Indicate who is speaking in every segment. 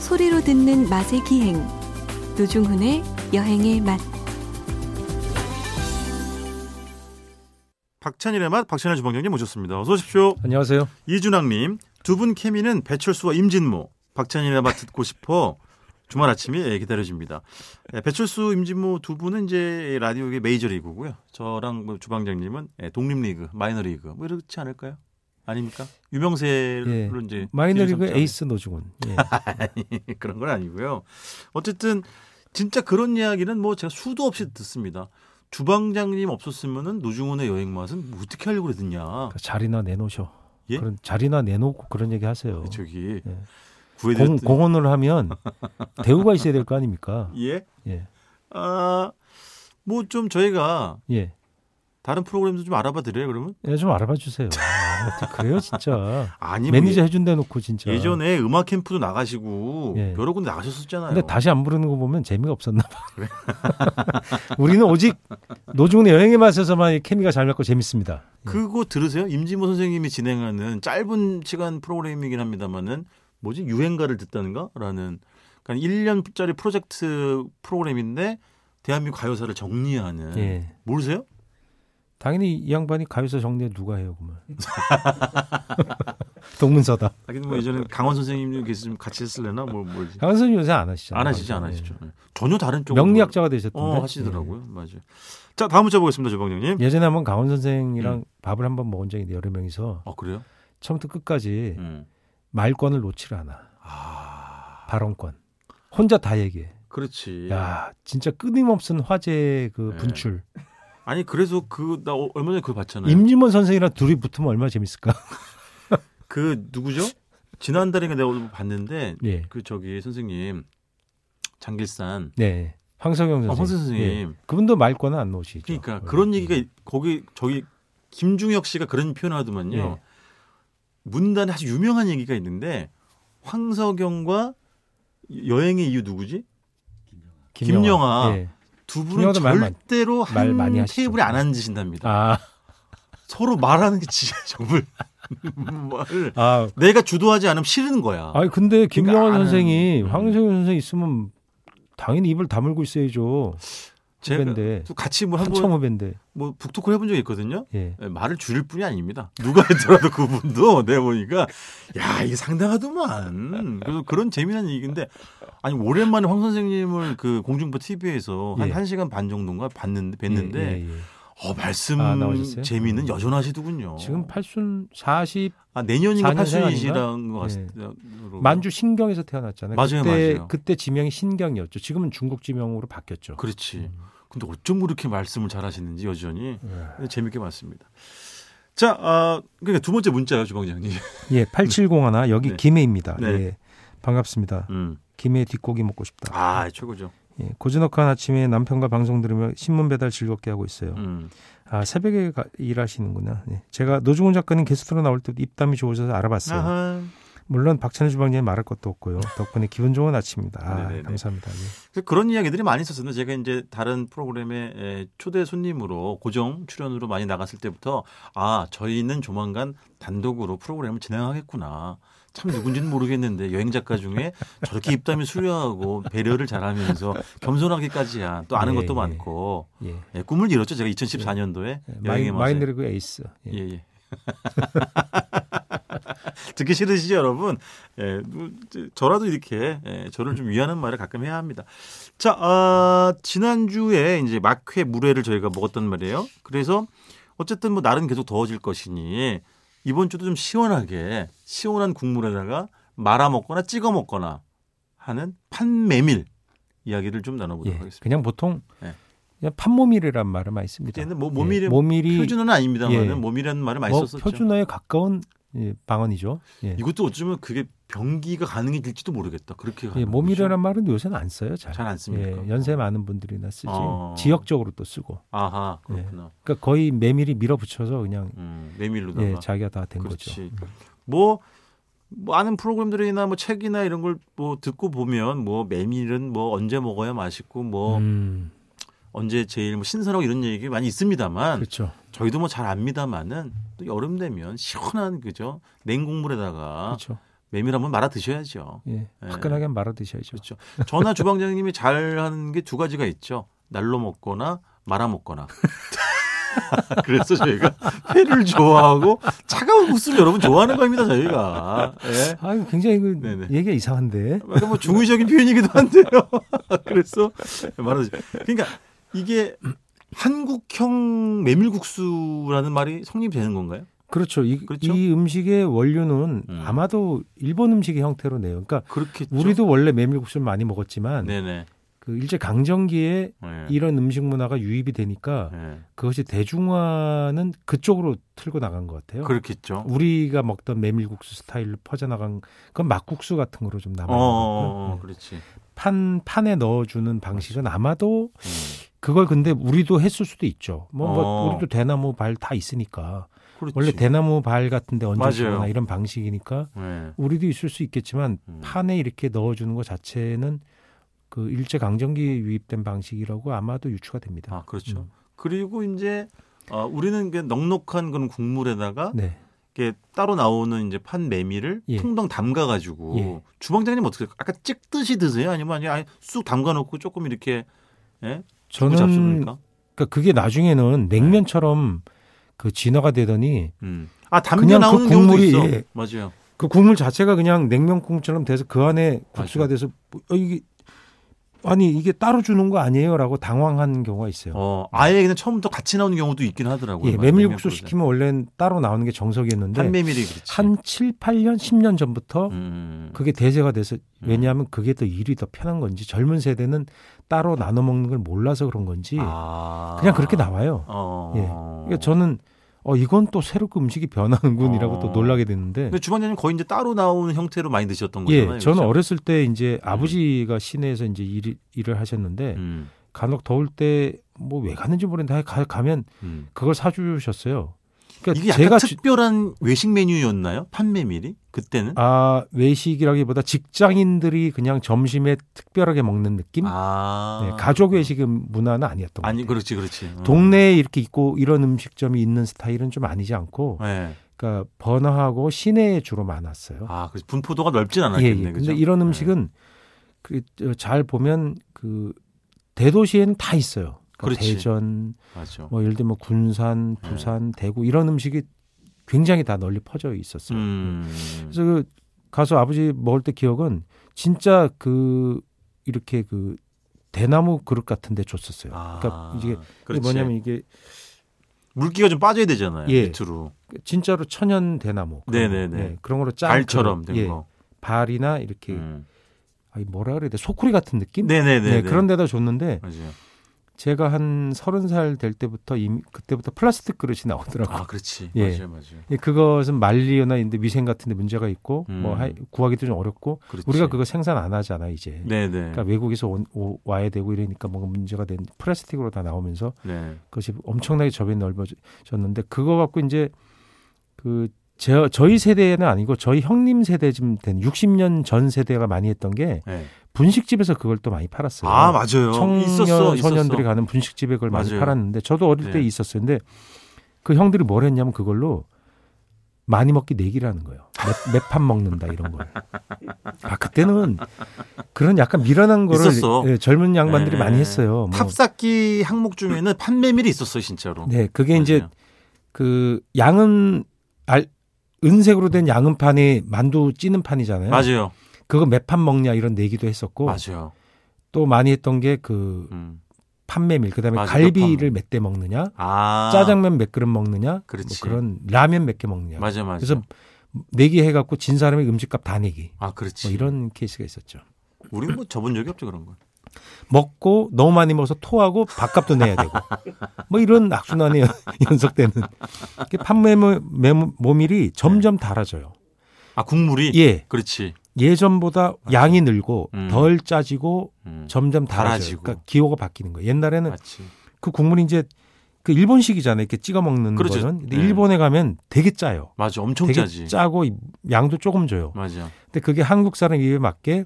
Speaker 1: 소리로 듣는 맛의 기행 노중훈의 여행의 맛
Speaker 2: 박찬일의 맛 박찬일 주방장님 모셨습니다. 어서 오십시오.
Speaker 3: 안녕하세요.
Speaker 2: 이준학님 두 분 케미는 배철수와 임진모 박찬일의 맛 듣고 싶어 주말 아침이 예, 기다려집니다. 예, 배철수 임진모 두 분은 이제 라디오계 메이저리그고요. 저랑 뭐 주방장님은 예, 독립리그 마이너리그 뭐 이렇지 않을까요? 아닙니까? 유명세를
Speaker 3: 예.
Speaker 2: 이제
Speaker 3: 마이너리그
Speaker 2: 뒤에서
Speaker 3: 에이스 노중훈. 예.
Speaker 2: 아니, 그런 건 아니고요. 어쨌든 진짜 그런 이야기는 뭐 제가 수도 없이 듣습니다. 주방장님 없었으면은 노중훈의 여행 맛은 뭐 어떻게 하려고 그랬느냐.
Speaker 3: 자리나 내놓으셔.
Speaker 2: 예?
Speaker 3: 그런 자리나 내놓고 그런 얘기 하세요.
Speaker 2: 저기
Speaker 3: 예. 공,
Speaker 2: 구해드렸더니
Speaker 3: 공헌을 하면 대우가 있어야 될 거 아닙니까?
Speaker 2: 예.
Speaker 3: 예.
Speaker 2: 아, 뭐 좀 저희가
Speaker 3: 예.
Speaker 2: 다른 프로그램도 좀 알아봐 드려요, 그러면?
Speaker 3: 예, 좀 알아봐 주세요. 아, 어떻게 그래요, 진짜.
Speaker 2: 아니, 뭐
Speaker 3: 매니저 해준다 놓고 진짜.
Speaker 2: 예, 전에 음악 캠프도 나가시고
Speaker 3: 예.
Speaker 2: 여러 군데 나가셨었잖아요.
Speaker 3: 근데 다시 안 부르는 거 보면 재미가 없었나 봐. 우리는 오직 노중훈의 여행의 맛에서만 이 케미가 잘 맞고 재밌습니다. 예.
Speaker 2: 그거 들으세요? 임진모 선생님이 진행하는 짧은 시간 프로그램이긴 합니다만은 뭐지? 유행가를 듣다는가? 라는 그러니까 1년짜리 프로젝트 프로그램인데 대한민국 가요사를 정리하는
Speaker 3: 예.
Speaker 2: 모르세요?
Speaker 3: 당연히 이 양반이 가요사 정리 누가 해요, 그러면. 동문서다.
Speaker 2: 하긴 뭐 예전에 강원 선생님도 계시면 같이 했을래나 뭐 뭘지
Speaker 3: 예. 강원 선생님 요새 안 하시잖아요.
Speaker 2: 안 하시지 안
Speaker 3: 예.
Speaker 2: 하시죠. 예. 전혀 다른 쪽
Speaker 3: 명리학자가 되셨던데
Speaker 2: 어, 하시더라고요. 맞아요. 자, 다음 문자 보겠습니다, 조방장님.
Speaker 3: 예. 예전에 한번 강원 선생이랑
Speaker 2: 음.
Speaker 3: 밥을 한번 먹은 적이 있는데 여러 명이서
Speaker 2: 아, 그래요?
Speaker 3: 처음부터 끝까지
Speaker 2: 음.
Speaker 3: 말권을 놓지 않아
Speaker 2: 아,
Speaker 3: 발언권 혼자 다 얘기해
Speaker 2: 그렇지.
Speaker 3: 야 진짜 끊임없는 화제 그
Speaker 2: 예.
Speaker 3: 분출
Speaker 2: 아니, 그래서 그 나 얼마 전에 그거 봤잖아요.
Speaker 3: 임진모 선생이랑 둘이 붙으면 얼마나 재밌을까
Speaker 2: 그 누구죠? 지난달인가 내가 봤는데
Speaker 3: 예.
Speaker 2: 그 저기 선생님 장길산
Speaker 3: 네 황석영 선생
Speaker 2: 아, 황석영 선생님.
Speaker 3: 그분도 말권은 안 놓으시죠
Speaker 2: 그러니까
Speaker 3: 어,
Speaker 2: 그런
Speaker 3: 예.
Speaker 2: 얘기가 거기 저기 김중혁 씨가 그런 표현하더만요.
Speaker 3: 예.
Speaker 2: 문단에 아주 유명한 얘기가 있는데 황석영과 여행의 이유 누구지? 김영하.
Speaker 3: 예.
Speaker 2: 두 분은
Speaker 3: 김영하도 말 많-
Speaker 2: 절대로
Speaker 3: 말
Speaker 2: 한
Speaker 3: 많이 하시죠.
Speaker 2: 테이블에 안 앉으신답니다.
Speaker 3: 아,
Speaker 2: 서로 말하는 게 진짜 정말 말을
Speaker 3: 아
Speaker 2: 내가 주도하지 않으면 싫은 거야.
Speaker 3: 아니 근데 김영환
Speaker 2: 아는-
Speaker 3: 선생이
Speaker 2: 음.
Speaker 3: 황석영 선생 있으면 당연히 입을 다물고 있어야죠
Speaker 2: 제가
Speaker 3: 후배인데
Speaker 2: 또 같이 뭐 한번
Speaker 3: 한참 후배인데
Speaker 2: 뭐 북토크 해본 적이 있거든요.
Speaker 3: 예.
Speaker 2: 예, 말을 줄일 뿐이 아닙니다. 누가 했더라도 그분도 내 보니까 야 이게 상당하더만. 그래서 그런 재미난 얘기인데 아니 오랜만에 황 선생님을 그 공중파 TV에서 한
Speaker 3: 예.
Speaker 2: 한 시간 반 정도인가 봤는데 뵀는데
Speaker 3: 예, 예, 예.
Speaker 2: 어 말씀
Speaker 3: 아, 나오셨어요?
Speaker 2: 재미는
Speaker 3: 음.
Speaker 2: 여전하시더군요.
Speaker 3: 지금 팔순 40
Speaker 2: 아 내년인가
Speaker 3: 4년생
Speaker 2: 팔순이시라는 것
Speaker 3: 예.
Speaker 2: 같습니다.
Speaker 3: 만주 신경에서 태어났잖아요.
Speaker 2: 맞아요,
Speaker 3: 그때
Speaker 2: 맞아요.
Speaker 3: 그때 지명이 신경이었죠. 지금은 중국 지명으로 바뀌었죠.
Speaker 2: 그렇지.
Speaker 3: 음.
Speaker 2: 근데 어쩜 그렇게 말씀을 잘하시는지 여전히
Speaker 3: 예.
Speaker 2: 재밌게 봤습니다. 자, 아, 그러니까 두 번째 문자요, 주방장님.
Speaker 3: 예, 8701 여기
Speaker 2: 네.
Speaker 3: 김해입니다.
Speaker 2: 네.
Speaker 3: 예. 반갑습니다.
Speaker 2: 음.
Speaker 3: 김해 뒷고기 먹고 싶다.
Speaker 2: 아, 최고죠.
Speaker 3: 예, 고즈넉한 아침에 남편과 방송 들으며 신문 배달 즐겁게 하고 있어요.
Speaker 2: 음.
Speaker 3: 아, 새벽에 가- 일하시는구나. 예. 제가 노중훈 작가님 게스트로 나올 때 입담이 좋으셔서 알아봤어요.
Speaker 2: 아하.
Speaker 3: 물론 박찬일 주방장님 말할 것도 없고요. 덕분에 기분 좋은 아침입니다. 아,
Speaker 2: 네네네.
Speaker 3: 감사합니다. 예.
Speaker 2: 그래서 그런 이야기들이 많이 있었는데 제가 이제 다른 프로그램에 에, 초대 손님으로 고정 출연으로 많이 나갔을 때부터 아 저희는 조만간 단독으로 프로그램을 진행하겠구나 참 누군지는 모르겠는데 여행 작가 중에 저렇게 입담이 수려하고 배려를 잘하면서 겸손하기까지야 또 아는
Speaker 3: 예,
Speaker 2: 것도
Speaker 3: 예.
Speaker 2: 많고
Speaker 3: 예.
Speaker 2: 예, 꿈을 이뤘죠 제가 2014년도에
Speaker 3: 예,
Speaker 2: 여행의
Speaker 3: 마인,
Speaker 2: 맛에
Speaker 3: 마인드리그 에이스. 예.
Speaker 2: 예, 예. 듣기 싫으시죠, 여러분? 예, 뭐, 이제 저라도 이렇게 예, 저를 좀 위하는 말을 가끔 해야 합니다. 자, 아, 지난주에 이제 막회 물회를 저희가 먹었단 말이에요. 그래서 어쨌든 뭐 날은 계속 더워질 것이니 이번 주도 좀 시원하게 시원한 국물에다가 말아 먹거나 찍어 먹거나 하는 판메밀 이야기를 좀 나눠보도록
Speaker 3: 예,
Speaker 2: 하겠습니다.
Speaker 3: 그냥 보통
Speaker 2: 예.
Speaker 3: 그냥 판모밀이란 말을 많이 씁니다.
Speaker 2: 이제는 뭐 모밀이
Speaker 3: 예, 모밀이
Speaker 2: 표준어는 아닙니다만
Speaker 3: 예.
Speaker 2: 은 몸이라는 말을 많이
Speaker 3: 뭐
Speaker 2: 썼었죠.
Speaker 3: 표준어에 가까운 예, 방언이죠. 예.
Speaker 2: 이것도 어쩌면 그게 병기가 가능해질지도 모르겠다. 그렇게
Speaker 3: 예, 모밀이란 말은 요새는 안 써요. 잘.
Speaker 2: 잘안
Speaker 3: 예,
Speaker 2: 씁니까?
Speaker 3: 연세 많은 분들이나 쓰지
Speaker 2: 어.
Speaker 3: 지역적으로 또 쓰고
Speaker 2: 아하 그렇구나.
Speaker 3: 그러니까 거의 메밀이 밀어붙여서 그냥
Speaker 2: 음, 메밀로다가
Speaker 3: 예, 자기가 다 된 거죠. 예.
Speaker 2: 그렇지. 뭐, 뭐 아는 프로그램들이나 뭐 책이나 이런 걸 뭐 듣고 보면 뭐 메밀은 뭐 언제 먹어야 맛있고 뭐
Speaker 3: 음,
Speaker 2: 언제 제일 뭐 신선하고 이런 얘기 많이 있습니다만
Speaker 3: 그렇죠.
Speaker 2: 저희도 뭐 잘 압니다만은 또 여름 되면 시원한 그죠 냉국물에다가
Speaker 3: 그렇죠.
Speaker 2: 메밀하면 말아 드셔야죠.
Speaker 3: 예. 화끈하게 한번 말아 드셔야죠.
Speaker 2: 그렇죠. 저나 주방장님이 잘하는 게 두 가지가 있죠. 날로 먹거나 말아 먹거나. 그래서 저희가 회를 좋아하고 차가운 국수를 여러분 좋아하는 겁니다. 저희가. 예.
Speaker 3: 아, 이거 굉장히 그
Speaker 2: 네네.
Speaker 3: 얘기가 이상한데.
Speaker 2: 약간 뭐 중의적인 표현이기도 한데요. 그래서 말하지. 그러니까 이게 한국형 메밀국수라는 말이 성립되는 건가요?
Speaker 3: 그렇죠. 이,
Speaker 2: 그렇죠?
Speaker 3: 이 음식의 원료는
Speaker 2: 음.
Speaker 3: 아마도 일본 음식의 형태로 내요. 그러니까
Speaker 2: 그렇겠죠.
Speaker 3: 우리도 원래 메밀국수를 많이 먹었지만
Speaker 2: 네네.
Speaker 3: 그 일제 강점기에
Speaker 2: 예.
Speaker 3: 이런 음식 문화가 유입이 되니까
Speaker 2: 예.
Speaker 3: 그것이 대중화는 그쪽으로 틀고 나간 것 같아요.
Speaker 2: 그렇겠죠.
Speaker 3: 우리가 먹던 메밀국수 스타일로 퍼져나간 그건 막국수 같은 거로 좀 남아
Speaker 2: 어, 어, 어,
Speaker 3: 있거든요. 네.
Speaker 2: 그렇지.
Speaker 3: 판 판에 넣어주는 방식은 아마도
Speaker 2: 예.
Speaker 3: 그걸 근데 우리도 했을 수도 있죠. 뭐, 뭐
Speaker 2: 어.
Speaker 3: 우리도 대나무 발 다 있으니까
Speaker 2: 그렇지.
Speaker 3: 원래 대나무 발 같은데
Speaker 2: 맞아요.
Speaker 3: 얹어주거나 이런 방식이니까
Speaker 2: 예.
Speaker 3: 우리도 있을 수 있겠지만
Speaker 2: 음.
Speaker 3: 판에 이렇게 넣어주는 것 자체는 그 일제 강점기에 유입된 방식이라고 아마도 유추가 됩니다.
Speaker 2: 아 그렇죠.
Speaker 3: 음.
Speaker 2: 그리고 이제 어, 우리는 그 넉넉한 그런 국물에다가
Speaker 3: 네.
Speaker 2: 이렇게 따로 나오는 이제 판 메밀을
Speaker 3: 예.
Speaker 2: 풍덩 담가 가지고
Speaker 3: 예.
Speaker 2: 주방장님 어떻게 아까 찍듯이 드세요? 아니면 아니 아니 쑥 담가 놓고 조금 이렇게 예? 두부
Speaker 3: 저는
Speaker 2: 잡수니까? 네.
Speaker 3: 그러니까 그게 나중에는 냉면처럼 그 진화가 되더니
Speaker 2: 음. 아 담겨
Speaker 3: 그냥
Speaker 2: 나오는
Speaker 3: 그
Speaker 2: 경우도
Speaker 3: 국물이-
Speaker 2: 있어.
Speaker 3: 예.
Speaker 2: 맞아요.
Speaker 3: 그 국물 자체가 그냥 냉면국처럼 돼서 그 안에 국수가
Speaker 2: 맞아요.
Speaker 3: 돼서 뭐, 어, 이게 아니 이게 따로 주는 거 아니에요라고 당황한 경우가 있어요.
Speaker 2: 어 아예 그냥 처음부터 같이 나오는 경우도 있긴 하더라고요.
Speaker 3: 예, 메밀국수 시키면 원래는 따로 나오는 게 정석이었는데
Speaker 2: 판메밀이 그렇지.
Speaker 3: 한 7, 8년, 10년 전부터
Speaker 2: 음.
Speaker 3: 그게 대세가 돼서 왜냐하면 그게 더 일이 더 편한 건지 젊은 세대는 따로 나눠 먹는 걸 몰라서 그런 건지
Speaker 2: 아.
Speaker 3: 그냥 그렇게 나와요.
Speaker 2: 어.
Speaker 3: 예. 그러니까 저는 어 이건 또 새롭게 음식이 변하는군이라고
Speaker 2: 어.
Speaker 3: 또 놀라게 됐는데
Speaker 2: 근데 주방장님 거의 이제 따로 나오는 형태로 많이 드셨던
Speaker 3: 예,
Speaker 2: 거잖아요.
Speaker 3: 저는
Speaker 2: 그렇죠?
Speaker 3: 어렸을 때 이제 아버지가 시내에서 이제 일, 일을 하셨는데
Speaker 2: 음,
Speaker 3: 간혹 더울 때 뭐 왜 갔는지 모르겠는데 가, 가면
Speaker 2: 음.
Speaker 3: 그걸 사주셨어요. 그러니까
Speaker 2: 이게 약간
Speaker 3: 제가 주-
Speaker 2: 특별한 외식 메뉴였나요? 판매밀이 그때는?
Speaker 3: 아 외식이라기보다 직장인들이 그냥 점심에 특별하게 먹는 느낌?
Speaker 2: 아.
Speaker 3: 네, 가족 외식 문화는 아니었던 것
Speaker 2: 아니
Speaker 3: 같아요.
Speaker 2: 그렇지 그렇지. 음.
Speaker 3: 동네에 이렇게 있고 이런 음식점이 있는 스타일은 좀 아니지 않고
Speaker 2: 예.
Speaker 3: 그러니까 번화하고 시내에 주로 많았어요.
Speaker 2: 아, 그래서 분포도가 넓진
Speaker 3: 예,
Speaker 2: 않았겠네.
Speaker 3: 예.
Speaker 2: 그죠?
Speaker 3: 근데 이런 음식은 그잘 보면 그 대도시에는 다 있어요. 그러니까
Speaker 2: 그렇지. 네.
Speaker 3: 대전,
Speaker 2: 예, 맞죠.
Speaker 3: 뭐 예를 들면 군산, 부산, 대구 이런 음식이 굉장히 다 널리 퍼져 있었어요.
Speaker 2: 음.
Speaker 3: 그래서 그 가서 아버지 먹을 때 기억은 진짜 그 이렇게 그 대나무 그릇 같은데 줬었어요. 그러니까 이게
Speaker 2: 아, 그렇지.
Speaker 3: 뭐냐면 이게
Speaker 2: 물기가 좀 빠져야 되잖아요.
Speaker 3: 예.
Speaker 2: 밑으로.
Speaker 3: 진짜로 천연 대나무. 그런
Speaker 2: 네네네.
Speaker 3: 거. 예, 그런 거로 짠
Speaker 2: 알처럼
Speaker 3: 그릇.
Speaker 2: 된
Speaker 3: 예, 그
Speaker 2: 거.
Speaker 3: 발이나 이렇게
Speaker 2: 음.
Speaker 3: 아니, 뭐라 그래야 돼? 소쿠리 같은 느낌?
Speaker 2: 네네네.
Speaker 3: 네, 그런 데다 줬는데
Speaker 2: 맞아요.
Speaker 3: 제가 한 서른 살 될 때부터 이미 그때부터 플라스틱 그릇이 나오더라고요.
Speaker 2: 아, 그렇지.
Speaker 3: 예.
Speaker 2: 맞아요, 맞아요.
Speaker 3: 예, 그것은 말리거나 있는데 위생 같은 데 문제가 있고
Speaker 2: 음.
Speaker 3: 뭐 하- 구하기도 좀 어렵고
Speaker 2: 그렇지.
Speaker 3: 우리가 그거 생산 안 하잖아 이제.
Speaker 2: 네네.
Speaker 3: 그러니까 외국에서 온- 오- 와야 되고 이러니까 뭔가 문제가 된 플라스틱으로 다 나오면서
Speaker 2: 네.
Speaker 3: 그것이 엄청나게 접이 넓어졌는데 그거 갖고 이제 그 제, 저희 세대는 아니고 저희 형님 세대쯤 된 60년 전 세대가 많이 했던 게
Speaker 2: 네.
Speaker 3: 분식집에서 그걸 또 많이 팔았어요.
Speaker 2: 아, 맞아요.
Speaker 3: 청년
Speaker 2: 있었어, 있었어.
Speaker 3: 소년들이 가는 분식집에 그걸 많이
Speaker 2: 맞아요.
Speaker 3: 팔았는데 저도 어릴 때
Speaker 2: 네.
Speaker 3: 있었어요. 근데 그 형들이 뭘 했냐면 그걸로 많이 먹기 내기라는 거예요. 몇 판 먹는다 이런 걸. 아 그때는 그런 약간 미련한 거를
Speaker 2: 있었어.
Speaker 3: 예, 젊은 양반들이
Speaker 2: 네.
Speaker 3: 많이 했어요. 뭐.
Speaker 2: 탑쌓기 항목 중에는 판매밀이 있었어요, 진짜로.
Speaker 3: 네, 그게 이제
Speaker 2: 맞아요.
Speaker 3: 그 양은 알, 은색으로 된 양은판이 만두 찌는 판이잖아요.
Speaker 2: 맞아요.
Speaker 3: 그거 몇 판 먹냐 이런 내기도 했었고
Speaker 2: 맞아요.
Speaker 3: 또 많이 했던 게 그
Speaker 2: 음.
Speaker 3: 판매밀 그다음에
Speaker 2: 맞아요.
Speaker 3: 갈비를 몇 대 먹느냐
Speaker 2: 아.
Speaker 3: 짜장면 몇 그릇 먹느냐,
Speaker 2: 그렇지.
Speaker 3: 뭐 그런 라면 몇 개 먹느냐.
Speaker 2: 맞아, 맞아.
Speaker 3: 그래서 내기 해갖고 진 사람의 음식값 다 내기.
Speaker 2: 아, 그렇지.
Speaker 3: 뭐 이런 케이스가 있었죠.
Speaker 2: 우린 뭐 접은 적이 없죠, 그런 거.
Speaker 3: 먹고 너무 많이 먹어서 토하고 밥값도 내야 되고 뭐 이런 악순환이 연속되는 이게 판매물 메모- 모밀이 점점 달아져요.
Speaker 2: 아, 네. 국물이?
Speaker 3: 예
Speaker 2: 그렇지.
Speaker 3: 예전보다 양이 늘고
Speaker 2: 음.
Speaker 3: 덜 짜지고
Speaker 2: 음.
Speaker 3: 점점 달아져요.
Speaker 2: 달아지고.
Speaker 3: 그러니까 기호가 바뀌는 거예요. 옛날에는
Speaker 2: 맞지.
Speaker 3: 그 국물이 이제 그 일본식이잖아요. 이렇게 찍어 먹는
Speaker 2: 그렇죠.
Speaker 3: 거는 근데
Speaker 2: 네.
Speaker 3: 일본에 가면 되게 짜요.
Speaker 2: 맞아, 엄청
Speaker 3: 되게
Speaker 2: 짜지. 음.
Speaker 3: 짜고 양도 조금 줘요.
Speaker 2: 맞아.
Speaker 3: 근데 그게 한국 사람 입에 맞게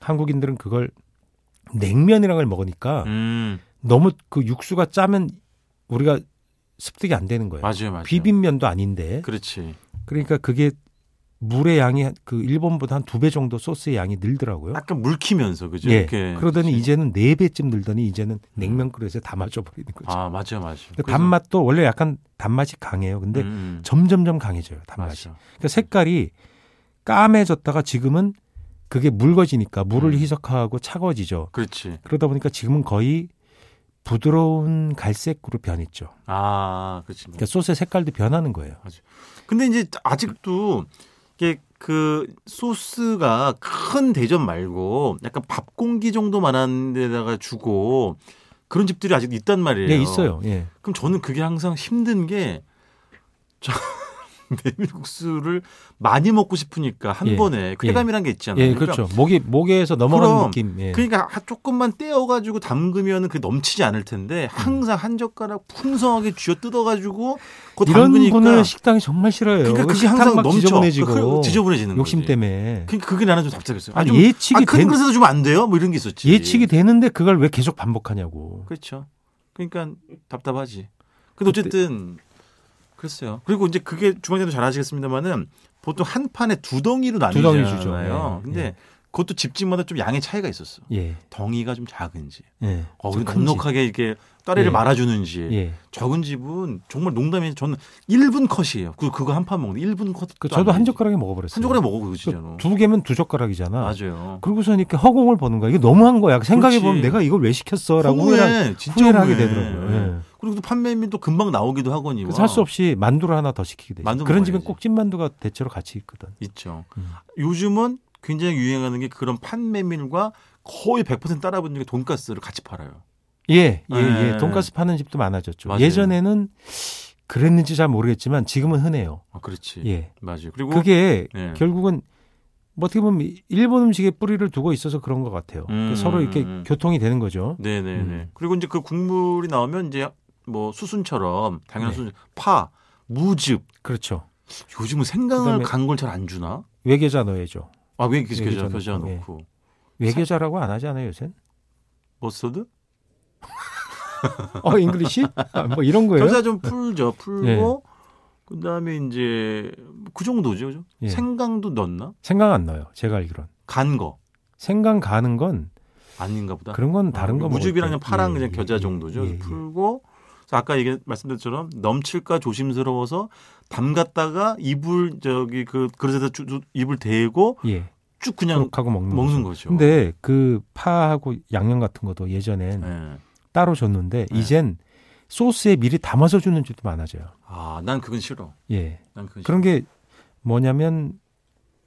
Speaker 3: 한국인들은 그걸 냉면이랑 걸 먹으니까
Speaker 2: 음,
Speaker 3: 너무 그 육수가 짜면 우리가 습득이 안 되는 거예요.
Speaker 2: 맞아요, 그 맞아요.
Speaker 3: 비빔면도 아닌데
Speaker 2: 그렇지.
Speaker 3: 그러니까 그게 물의 양이 한- 그 일본보다 한 두 배 정도 소스의 양이 늘더라고요.
Speaker 2: 약간 물키면서 그죠?
Speaker 3: 예.
Speaker 2: 이렇게 음.
Speaker 3: 그러더니 이제는 네 배쯤 늘더니 이제는 냉면 그릇에 담아줘 버리는 거죠.
Speaker 2: 아 맞아요, 맞아요.
Speaker 3: 근데
Speaker 2: 그래서-
Speaker 3: 단맛도 원래 약간 단맛이 강해요. 근데
Speaker 2: 음,
Speaker 3: 점점점 강해져요. 단맛이.
Speaker 2: 맞아요.
Speaker 3: 그러니까 색깔이 까매졌다가 지금은 그게 묽어지니까 물을
Speaker 2: 음.
Speaker 3: 희석하고 차가워지죠.
Speaker 2: 그렇지.
Speaker 3: 그러다 보니까 지금은 거의 부드러운 갈색으로 변했죠.
Speaker 2: 아 그렇지.
Speaker 3: 그러니까 소스의 색깔도 변하는 거예요.
Speaker 2: 근데 이제 아직도 이게 그 소스가 큰 대전 말고 약간 밥 공기 정도만한 데다가 주고 그런 집들이 아직 있단 말이에요.
Speaker 3: 예, 있어요. 예.
Speaker 2: 그럼 저는 그게 항상 힘든 게 저. 메밀국수를 많이 먹고 싶으니까 한
Speaker 3: 예.
Speaker 2: 번에 쾌감이란 게 있잖아요.
Speaker 3: 예,
Speaker 2: 그러니까
Speaker 3: 그렇죠. 목이 목에서 넘어가는
Speaker 2: 그럼,
Speaker 3: 느낌. 예.
Speaker 2: 그러니까 하- 조금만 떼어가지고 담그면은 그 넘치지 않을 텐데 항상 한 젓가락 풍성하게 쥐어 뜯어가지고 그거
Speaker 3: 이런
Speaker 2: 담그니까
Speaker 3: 분을 식당이 정말 싫어요.
Speaker 2: 그러니까 그게
Speaker 3: 식당
Speaker 2: 항상
Speaker 3: 막
Speaker 2: 넘쳐
Speaker 3: 지저분해지고
Speaker 2: 그 지저분해지는
Speaker 3: 욕심
Speaker 2: 거지.
Speaker 3: 때문에.
Speaker 2: 그러니까 그게 나는 좀 답답했어요.
Speaker 3: 아니,
Speaker 2: 좀,
Speaker 3: 예측이
Speaker 2: 아, 큰
Speaker 3: 된-
Speaker 2: 그릇에서 주면 안 돼요? 뭐 이런 게 있었지.
Speaker 3: 예측이 되는데 그걸 왜 계속 반복하냐고.
Speaker 2: 그렇죠. 그러니까 답답하지. 근데 어쨌든 그랬어요. 그리고 이제 그게 주방장도 잘 아시겠습니다만은 보통 한 판에 두 덩이로
Speaker 3: 두 덩이 주죠.
Speaker 2: 나뉘잖아요.
Speaker 3: 예,
Speaker 2: 근데
Speaker 3: 예.
Speaker 2: 그것도 집집마다 좀 양의 차이가 있었어.
Speaker 3: 예.
Speaker 2: 덩이가 좀 작은지,
Speaker 3: 예.
Speaker 2: 어,
Speaker 3: 좀 큰지.
Speaker 2: 넉넉하게 이렇게 따리를
Speaker 3: 예.
Speaker 2: 말아주는지,
Speaker 3: 예.
Speaker 2: 적은 집은 정말 농담이 저는 1분 컷이에요. 그 그거 한 판 먹는데 1분 컷.
Speaker 3: 그 저도 한 젓가락에 먹어버렸어요.
Speaker 2: 한 젓가락 먹어 그거
Speaker 3: 그
Speaker 2: 진짜로.
Speaker 3: 두 개면 두 젓가락이잖아.
Speaker 2: 맞아요.
Speaker 3: 그러고서 이렇게 허공을 보는 거야. 이게 너무한 거야. 생각해 보면
Speaker 2: 그렇지.
Speaker 3: 내가 이걸 왜 시켰어라고 후회를
Speaker 2: 후회, 진짜
Speaker 3: 후회를 하게
Speaker 2: 후회.
Speaker 3: 되더라고요.
Speaker 2: 예.
Speaker 3: 예.
Speaker 2: 그리고 또 판매민도 금방 나오기도 하거니.
Speaker 3: 그래서 할 수 없이 만두를 하나 더 시키게 되죠.
Speaker 2: 만두
Speaker 3: 그런 집엔
Speaker 2: 먹어야지.
Speaker 3: 꼭 찐만두가 대체로 같이 있거든.
Speaker 2: 있죠.
Speaker 3: 음.
Speaker 2: 요즘은 굉장히 유행하는 게 그런 판매밀과 거의 100% 따라붙는 게 돈가스를 같이 팔아요.
Speaker 3: 예, 예,
Speaker 2: 예.
Speaker 3: 예. 돈가스 파는 집도 많아졌죠.
Speaker 2: 맞아요.
Speaker 3: 예전에는 그랬는지 잘 모르겠지만 지금은 흔해요.
Speaker 2: 아, 그렇지.
Speaker 3: 예.
Speaker 2: 맞아요. 그리고
Speaker 3: 그게
Speaker 2: 예.
Speaker 3: 결국은 뭐 어떻게 보면 일본 음식에 뿌리를 두고 있어서 그런 것 같아요.
Speaker 2: 음,
Speaker 3: 서로 이렇게
Speaker 2: 음, 음.
Speaker 3: 교통이 되는 거죠.
Speaker 2: 네, 네, 네.
Speaker 3: 음.
Speaker 2: 그리고 이제 그 국물이 나오면 이제 뭐 수순처럼 당연한
Speaker 3: 네.
Speaker 2: 수순 파, 무즙.
Speaker 3: 그렇죠.
Speaker 2: 요즘은 생강을
Speaker 3: 그다음에-
Speaker 2: 간 걸 잘 안 주나?
Speaker 3: 외계자 넣어야죠.
Speaker 2: 아, 왜 이렇게
Speaker 3: 외계자
Speaker 2: 겨자 겨자
Speaker 3: 넣고, 예.
Speaker 2: 넣고
Speaker 3: 외계자라고 안 하지 않아요, 요새?
Speaker 2: 머스터드?
Speaker 3: 어, 잉글리시? 아, 뭐 이런 거예요.
Speaker 2: 겨자 좀 풀죠. 풀고
Speaker 3: 예.
Speaker 2: 그다음에 이제 그 정도죠. 그죠?
Speaker 3: 예.
Speaker 2: 생강도 넣나?
Speaker 3: 생강 안 넣어요. 제가 알기론.
Speaker 2: 간 거.
Speaker 3: 생강 가는 건
Speaker 2: 아닌가 보다.
Speaker 3: 그런 건 다른 거
Speaker 2: 무즙이랑
Speaker 3: 먹을
Speaker 2: 그냥
Speaker 3: 때.
Speaker 2: 파랑
Speaker 3: 예,
Speaker 2: 그냥
Speaker 3: 예,
Speaker 2: 겨자
Speaker 3: 예,
Speaker 2: 정도죠.
Speaker 3: 예,
Speaker 2: 그래서
Speaker 3: 예.
Speaker 2: 풀고 그래서 아까 얘기 말씀드린 것처럼 넘칠까 조심스러워서 담갔다가 입을 저기 그 그릇에다 쭉- 쭉 입을 대고
Speaker 3: 예.
Speaker 2: 쭉 그냥
Speaker 3: 그렇게 하고 먹는
Speaker 2: 먹는
Speaker 3: 거죠.
Speaker 2: 거죠.
Speaker 3: 근데 그 파하고 양념 같은 것도 예전엔
Speaker 2: 예.
Speaker 3: 따로 줬는데
Speaker 2: 네.
Speaker 3: 이젠 소스에 미리 담아서 주는 집도 많아져요.
Speaker 2: 아, 난 그건 싫어.
Speaker 3: 예.
Speaker 2: 난 그건
Speaker 3: 그런
Speaker 2: 싫어.
Speaker 3: 게 뭐냐면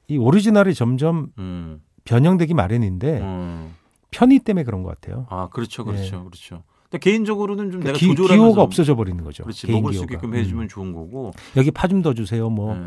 Speaker 3: 이 오리지널이 점점
Speaker 2: 음.
Speaker 3: 변형되기 마련인데
Speaker 2: 음.
Speaker 3: 편의 때문에 그런 것 같아요.
Speaker 2: 아, 그렇죠. 그렇죠. 그렇죠. 근데 개인적으로는 좀 내가
Speaker 3: 예. 그러니까 기,
Speaker 2: 조절하면서 뭐
Speaker 3: 호가 없어져 버리는 거죠.
Speaker 2: 그렇지.
Speaker 3: 개인
Speaker 2: 먹을 수
Speaker 3: 기호가.
Speaker 2: 있게끔 해 주면 좋은 거고.
Speaker 3: 음. 여기 파 좀 더 주세요. 뭐
Speaker 2: 예.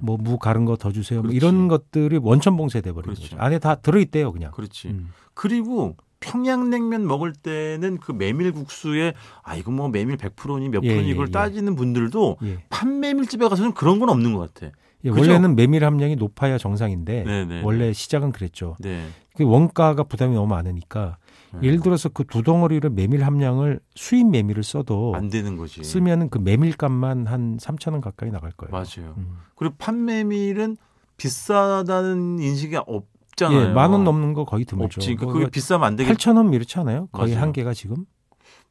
Speaker 3: 뭐 무 가른 거 더 주세요. 뭐
Speaker 2: 그렇지.
Speaker 3: 이런 것들이 원천 봉쇄돼 버리는
Speaker 2: 그렇지.
Speaker 3: 거죠. 안에 다 들어 있대요, 그냥.
Speaker 2: 그렇지.
Speaker 3: 음.
Speaker 2: 그리고 평양냉면 먹을 때는 그 메밀국수에 아 이거 뭐 메밀 100%니 몇
Speaker 3: 예,
Speaker 2: 프로니
Speaker 3: 예,
Speaker 2: 이걸
Speaker 3: 예.
Speaker 2: 따지는 분들도
Speaker 3: 예.
Speaker 2: 판메밀집에 가서는 그런 건 없는 것 같아.
Speaker 3: 예,
Speaker 2: 그죠?
Speaker 3: 원래는 메밀 함량이 높아야 정상인데
Speaker 2: 네, 네.
Speaker 3: 예. 원래 시작은 그랬죠.
Speaker 2: 네.
Speaker 3: 그 원가가 부담이 너무 많으니까
Speaker 2: 음.
Speaker 3: 예를 들어서 그 두 덩어리를 메밀 함량을 수입 메밀을 써도
Speaker 2: 안 되는 거지.
Speaker 3: 쓰면은 그 메밀값만 한 3천 원 가까이 나갈 거예요.
Speaker 2: 예. 맞아요.
Speaker 3: 음.
Speaker 2: 그리고 판메밀은 비싸다는 인식이 없잖아요.
Speaker 3: 예, 만 원 넘는 거 거의 드물죠. 뭐
Speaker 2: 없지. 그러니까 그게 비싸면 안 되겠.
Speaker 3: 8천 원 이렇지 않아요? 거의
Speaker 2: 맞아요.
Speaker 3: 한 개가 지금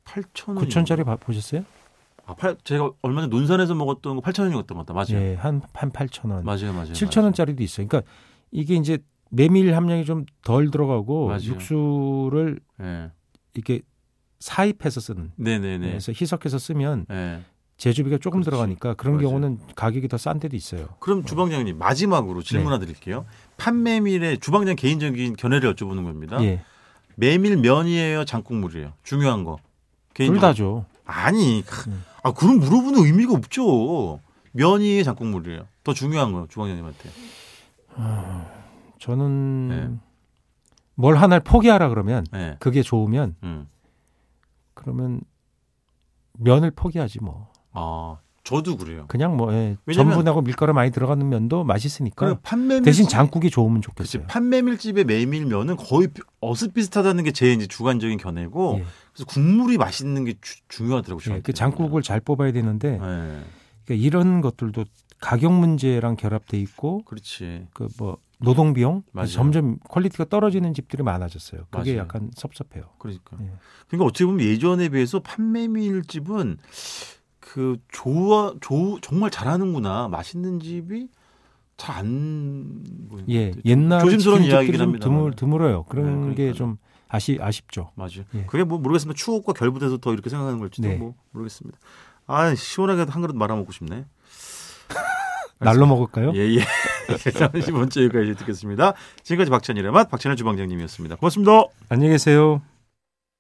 Speaker 2: 8천 원.
Speaker 3: 9천 짜리 보셨어요?
Speaker 2: 아, 팔- 제가 얼마 전에 논산에서 먹었던 거 8천 원이었던 것 같다. 맞아요.
Speaker 3: 예, 한한 8천 원,
Speaker 2: 맞아요. 맞아요.
Speaker 3: 7천 원짜리도 있어요. 그러니까 이게 이제 메밀 함량이 좀 덜 들어가고
Speaker 2: 맞아요.
Speaker 3: 육수를
Speaker 2: 맞아요.
Speaker 3: 이렇게 사입해서 쓰는
Speaker 2: 예. 네. 네, 네,
Speaker 3: 그래서 희석해서 쓰면
Speaker 2: 네.
Speaker 3: 제조비가 조금
Speaker 2: 그렇지.
Speaker 3: 들어가니까 그런
Speaker 2: 맞아요.
Speaker 3: 경우는 가격이 더 싼 데도 있어요. 네.
Speaker 2: 그럼 주방장님 마지막으로 질문 하나 드릴게요. 판매밀의 주방장 개인적인 견해를 여쭤보는 겁니다.
Speaker 3: 예,
Speaker 2: 메밀 면이에요, 장국물이에요. 중요한 거.
Speaker 3: 둘
Speaker 2: 개인적으로.
Speaker 3: 다죠.
Speaker 2: 아니,
Speaker 3: 음.
Speaker 2: 아 그럼 물어보는 의미가 없죠. 면이에요, 장국물이에요. 더 중요한 거요, 주방장님한테.
Speaker 3: 저는
Speaker 2: 네.
Speaker 3: 뭘 하나를 포기하라 그러면
Speaker 2: 네.
Speaker 3: 그게 좋으면
Speaker 2: 음.
Speaker 3: 그러면 면을 포기하지 뭐.
Speaker 2: 아, 저도 그래요.
Speaker 3: 그냥 뭐 예,
Speaker 2: 왜냐면-
Speaker 3: 전분하고 밀가루 많이 들어가는 면도 맛있으니까
Speaker 2: 그럼 판매밀
Speaker 3: 아, 대신 장국이 좋으면
Speaker 2: 그치,
Speaker 3: 좋겠어요.
Speaker 2: 판매밀집의 메밀면은 거의 비- 어슷비슷하다는 게 제 이제 주관적인 견해고
Speaker 3: 예.
Speaker 2: 그래서 국물이 맛있는 게 주- 중요하더라고요.
Speaker 3: 예,
Speaker 2: 저한테는.
Speaker 3: 그 장국을 잘 뽑아야 되는데
Speaker 2: 네.
Speaker 3: 그러니까 이런 것들도 가격 문제랑 결합돼 있고
Speaker 2: 그렇지.
Speaker 3: 그 뭐 노동 비용
Speaker 2: 맞아요.
Speaker 3: 점점 퀄리티가 떨어지는 집들이 많아졌어요. 그게
Speaker 2: 맞아요.
Speaker 3: 약간 섭섭해요.
Speaker 2: 그러니까.
Speaker 3: 예.
Speaker 2: 그러니까 어떻게 보면 예전에 비해서 판매밀 집은 그 좋아 조 정말 잘하는구나 맛있는 집이 잘 안 보이는
Speaker 3: 예,
Speaker 2: 것 같아요.
Speaker 3: 옛날
Speaker 2: 음, 조심스러운 이야기긴
Speaker 3: 좀
Speaker 2: 합니다만.
Speaker 3: 드물 드물어요. 그런
Speaker 2: 네,
Speaker 3: 게
Speaker 2: 그러니까요.
Speaker 3: 좀 아시 아쉽죠.
Speaker 2: 맞아요.
Speaker 3: 예.
Speaker 2: 그게 뭐 모르겠습니다. 추억과 결부돼서 더 이렇게 생각하는 걸지도
Speaker 3: 네.
Speaker 2: 뭐 모르겠습니다. 아 시원하게 한 그릇 말아 먹고 싶네.
Speaker 3: 날로 먹을까요?
Speaker 2: 예예. 30번 째 여기까지 듣겠습니다. 지금까지 박찬일의 맛 박찬일 주방장님이었습니다. 고맙습니다.
Speaker 3: 안녕히 계세요.